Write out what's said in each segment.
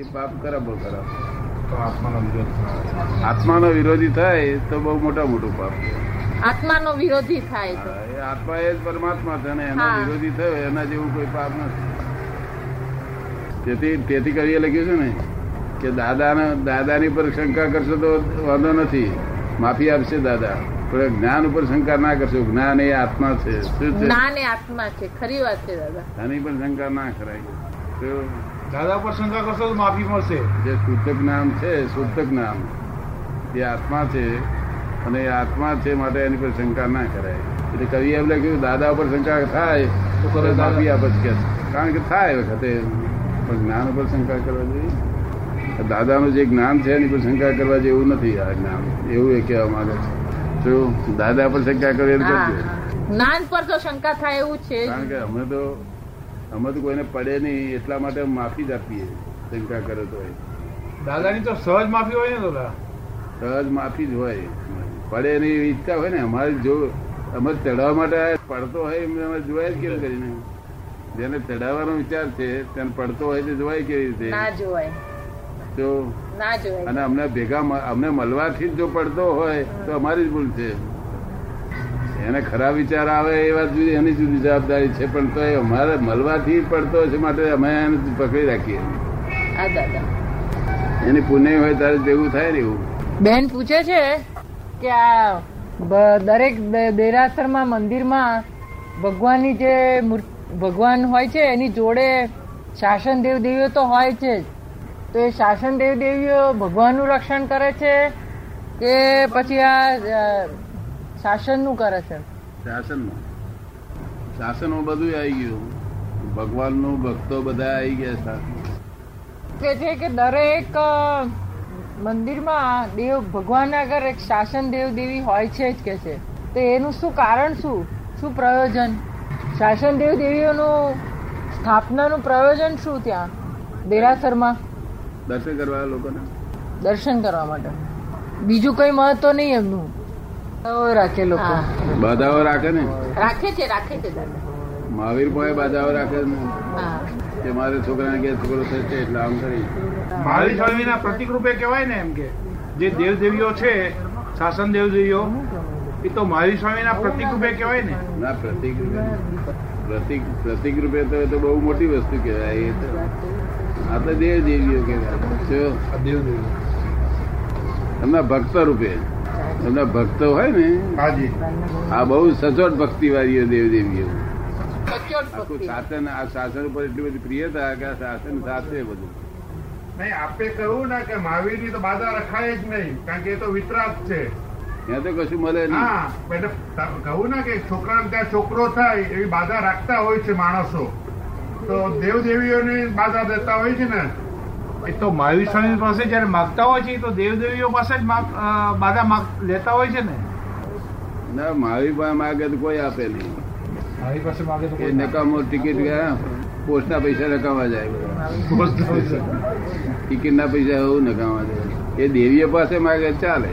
એ પાપ કરમ કરમ તો આત્માનો વિરોધ થાય આત્માનો વિરોધી થાય તો બહુ મોટા મોટું પાપ આત્માનો વિરોધી થાય છે હા, એ આત્મા એ જ પરમાત્મા છે ને એનો હા. વિરોધી થયો એના જેવું કોઈ પાપ નથી તેથી તેથી કવિએ લખ્યું છે ને કે દાદાના દાદાની પર શંકા કરશો તો વાંધો નથી માફી આપશે દાદા પણ જ્ઞાન ઉપર શંકા ના કરશો જ્ઞાન એ આત્મા છે શું છે જ્ઞાન એ આત્મા છે ખરી વાત છે દાદા આની પણ શંકા ના કરાય તો દાદા પર શંકા કરશો તો માફી મળશે જે શુદ્ધ જ્ઞાન છે શુદ્ધ જ્ઞાન એ આત્મા છે અને એ આત્મા છે માટે એની પર શંકા ના કરાય એટલે કવિ એમ લખ્યું દાદા ઉપર શંકા થાય તો તો દાદા- તરત માફી આપે છે કે કારણ કે થાય એ વખતે પણ જ્ઞાન ઉપર શંકા કરવા જોઈએ દાદાનું જે જ્ઞાન છે એની પર શંકા કરવા જેવું નથી આ જ્ઞાન એવું એ કહેવા માંગે છે જો દાદા પર શંકા કરે હા, કરજો હા. જ્ઞાન પર તો શંકા થાય એવું છે જ. કારણ કે અમે તો અમે તો કોઈને પડે નહીં એટલા માટે માફી જ આપીએ શંકા કરે તો એ. દાદાની તો સહજ માફી હોય ને દાદા સહજ માફી જ હોય પડે એની એવી ઈચ્છા હોય ને અમારે જો અમે ચડાવવા માટે પડતો હોય એમ અમે જોવાય જ કેમ કરીને જેને ચડાવવાનો વિચાર છે તેને પડતો હોય તો જોવાય કેવી ના રીતે જોવાય તો ના જોવાય અને અમને ભેગા મ- અમને મળવાથી જ જો પડતો હોય તો અમારી જ ભૂલ છે એને ખરાબ વિચાર આવે એ વાત જુદી એની જુદી જવાબદારી છે પણ તો એ અમારે મળવાથી પડતો છે માટે અમે એને પકડી રાખીએ હા દાદા એની પુણ્ય હોય ત્યારે ભેગું થાય ને એવું બેન પૂછે છે કે આ બ- દરેક દે- દેરાસરમાં મંદિરમાં ભગવાનની જે મૂર- ભગવાન હોય છે એની જોડે શાસન દેવ દેવીઓ તો હોય છે જ. તો એ શાસન દેવ દેવીઓ ભગવાનનું રક્ષણ કરે છે કે પછી આ અ, શાસનનું કરે છે શાસનમાં શાસનમાં બધું આવી ગયું ભગવાનનું ભક્તો બધા આવી ગયા શાસન કે છે કે દરેક અ, મંદિરમાં દેવ ભગવાન આગળ એક શાસન દેવ દેવી હોય છે જ કે છે તો એનું શું કારણ શું શું પ્રયોજન શાસન દેવ દેવીઓનું સ્થાપનાનું પ્રયોજન શું ત્યાં દેરાસરમાં દર્શન કરવા લોકોને દર્શન કરવા માટે બીજું કઈ મહત્વ નહીં એમનું તો રાખે લોકો બાધાઓ રાખે ને રાખે છે રાખે છે દાદા મહાવીર ભાઈ બાધાઓ રાખે ને કે મારે છોકરાને કે છોકરો થશે એટલે આમ કરી મહાવીર સ્વામીના પ્રતિક રૂપે કહેવાય ને એમ કે જે દેવદેવીઓ છે શાસન દેવદેવીઓ એ તો મહાવીર સ્વામીના પ્રતિક રૂપે કહેવાય ને ના પ્રતિક રૂપે પ્રતિક પ્રતિક રૂપે તો એ તો બહુ મોટી વસ્તુ કહેવાય એ તો આ તો દેવ દેવીઓ કહેવાય જો આ દેવદેવીઓ એમના ભક્ત રૂપે એમના ભક્તો હોય ને હાજી આ બહુ સચોટ ભક્તિવાળીઓ દેવ દેવીઓ આખું સચોટ શાસન આ શાસન ઉપર એટલી બધી પ્રિયતા કે આ શાસન સાથે બધું નહીં આપે કહ્યું ને કે મહાવીરની તો બાધા રખાય જ નહીં કારણ કે એ તો વિતરાગ છે ત્યાં તો કશું મળે નહીં હા એટલે ત- કહું ને કે છોકરાને ત્યાં છોકરો થાય એવી બાધા રાખતા હોય છે માણસો તો દેવદેવીઓને બાધા દેતા હોય છે ને એ તો મહાવીર સ્વામી પાસે જ્યારે માગતા હોય છે એ તો દેવદેવીઓ પાસે જ માગ- અ, બાધા માગ- લેતા હોય છે ને ના મારી પાસે માગે તો કોઈ આપે નહીં મહાવીર પાસે માગે તો એ નકામો ટિકિટ ગયા પોસ્ટના પૈસા નકામા જાય બધા ટિકિટના પૈસા એવું નકામા જાય એ દેવીઓ પાસે માગે તો ચાલે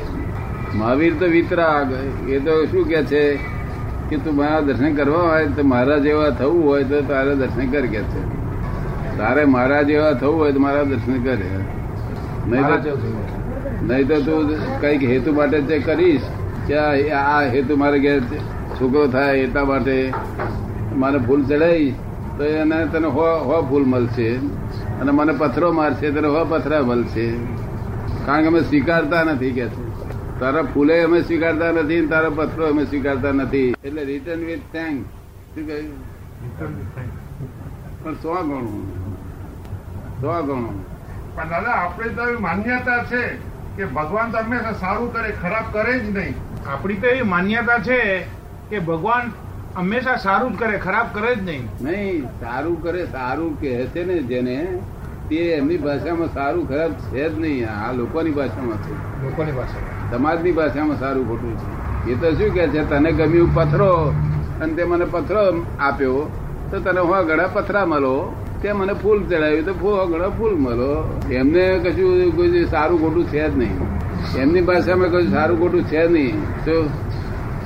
મહાવીર તો વિતરાગ એ તો શું કે છે કે તું મારા દર્શન કરવા હોય તો મારા જેવા થવું હોય તો તારે દર્શન કર કે છે તારે મારા જેવા થવું હોય તો મારા દર્શન કર નહીં તો નહીં તો તું કઈક હેતુ માટે જે કરીશ કે આ આ હેતુ મારે ઘેર છોકરો થાય એટલા માટે મને ફૂલ ચડાવીશ તો એને તને હો હો ફૂલ મળશે અને મને પથરો મારશે તને હો પથરા મળશે કારણ કે અમે સ્વીકારતા નથી કે છે તારા ફૂલે અમે સ્વીકારતા નથી ને તારા પથરો અમે સ્વીકારતા નથી એટલે રિટર્ન વિથ થેન્ક શું કહ્યું પણ સો ગણું સો ગણું પણ દાદા આપણે તો એવી માન્યતા છે કે ભગવાન તો હંમેશા સારું કરે ખરાબ કરે જ નહીં આપણી તો એવી માન્યતા છે કે ભગવાન હંમેશા સારું જ કરે ખરાબ કરે જ નહીં નહીં સારું કરે સારું કહે છે ને જેને તે એમની ભાષામાં સારું ખરાબ છે જ નહીં આ લોકોની ભાષામાં છે લોકોની પાસે સમાજની ભાષામાં સારું ખોટું છે એ તો શું કે છે તને ગમ્યું પથરો અને તે મને પથરો આપ્યો તો તને હો ગળા પથરા મળો તે મને ફૂલ ચડાવ્યું તો હો ગળા ફૂલ મળો એમને કશું કોઈ સારું ખોટું છે જ નહીં એમની ભાષામાં કશું સારું ખોટું છે જ નહીં તો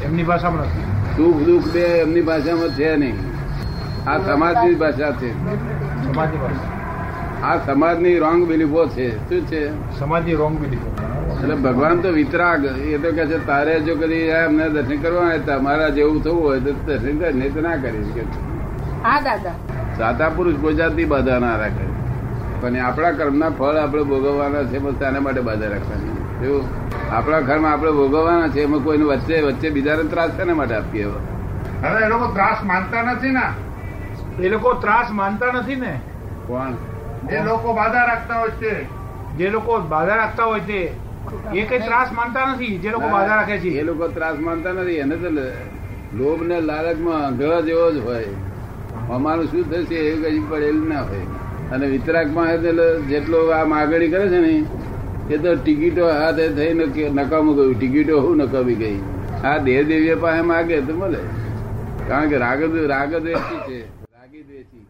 એમની ભાષામાં નથી સુખ દુઃખ બે એમની ભાષામાં છે નહીં આ સમાજની ભાષા છે સમાજની ભાષા આ સમાજની રોંગ બિલીફો છે શું છે સમાજની રોંગ બિલીફો એટલે ભગવાન તો વિતરાગ એ તો કે છે તારે જો કદી આ અમને દર્શન કરવા હોય તો અમારા જેવું થવું હોય તો દર્શન કર નહીં તો ના કરી શકે હા દાદા સાતા પુરુષ પોજાતી બાધા ના રાખે પણ એ આપણા કર્મના ફળ આપણે ભોગવવાના છે બસ તેના માટે બાધા રાખવાની જો આપણા કર્મ આપણે ભોગવવાના છે એમાં કોઈને વચ્ચે વચ્ચે બીજાને ત્રાસ શેના માટે આપીએ હવે? હવે એ લોકો ત્રાસ માનતા નથી ને એ લોકો ત્રાસ માનતા નથી ને કોણ એ લોકો બાધા રાખતા હોય છે જે લોકો બાધા રાખતા હોય તે એ કઈ ત્રાસ માનતા નથી જે લોકો બાધા રાખે એ છે લોકો ત્રાસ માનતા નથી એને તો લ- લોભ ને લાલચમાં આંધળા જેવો જ હોય અમારું શું થશે એવું કઈ પડેલું ના હોય અને વિતરાકમાં એટલે જેટલો આ માગણી કરે છે ને એ તો ટિકિટો હાથે થઈને કે નકામું ગયું ટિકિટો હું નકામી ગઈ આ દેહ દેવીએ પાસે માગે તો મળે કારણ કે રાગ રાગ દ્વેષી છે રાગી દ્વેષી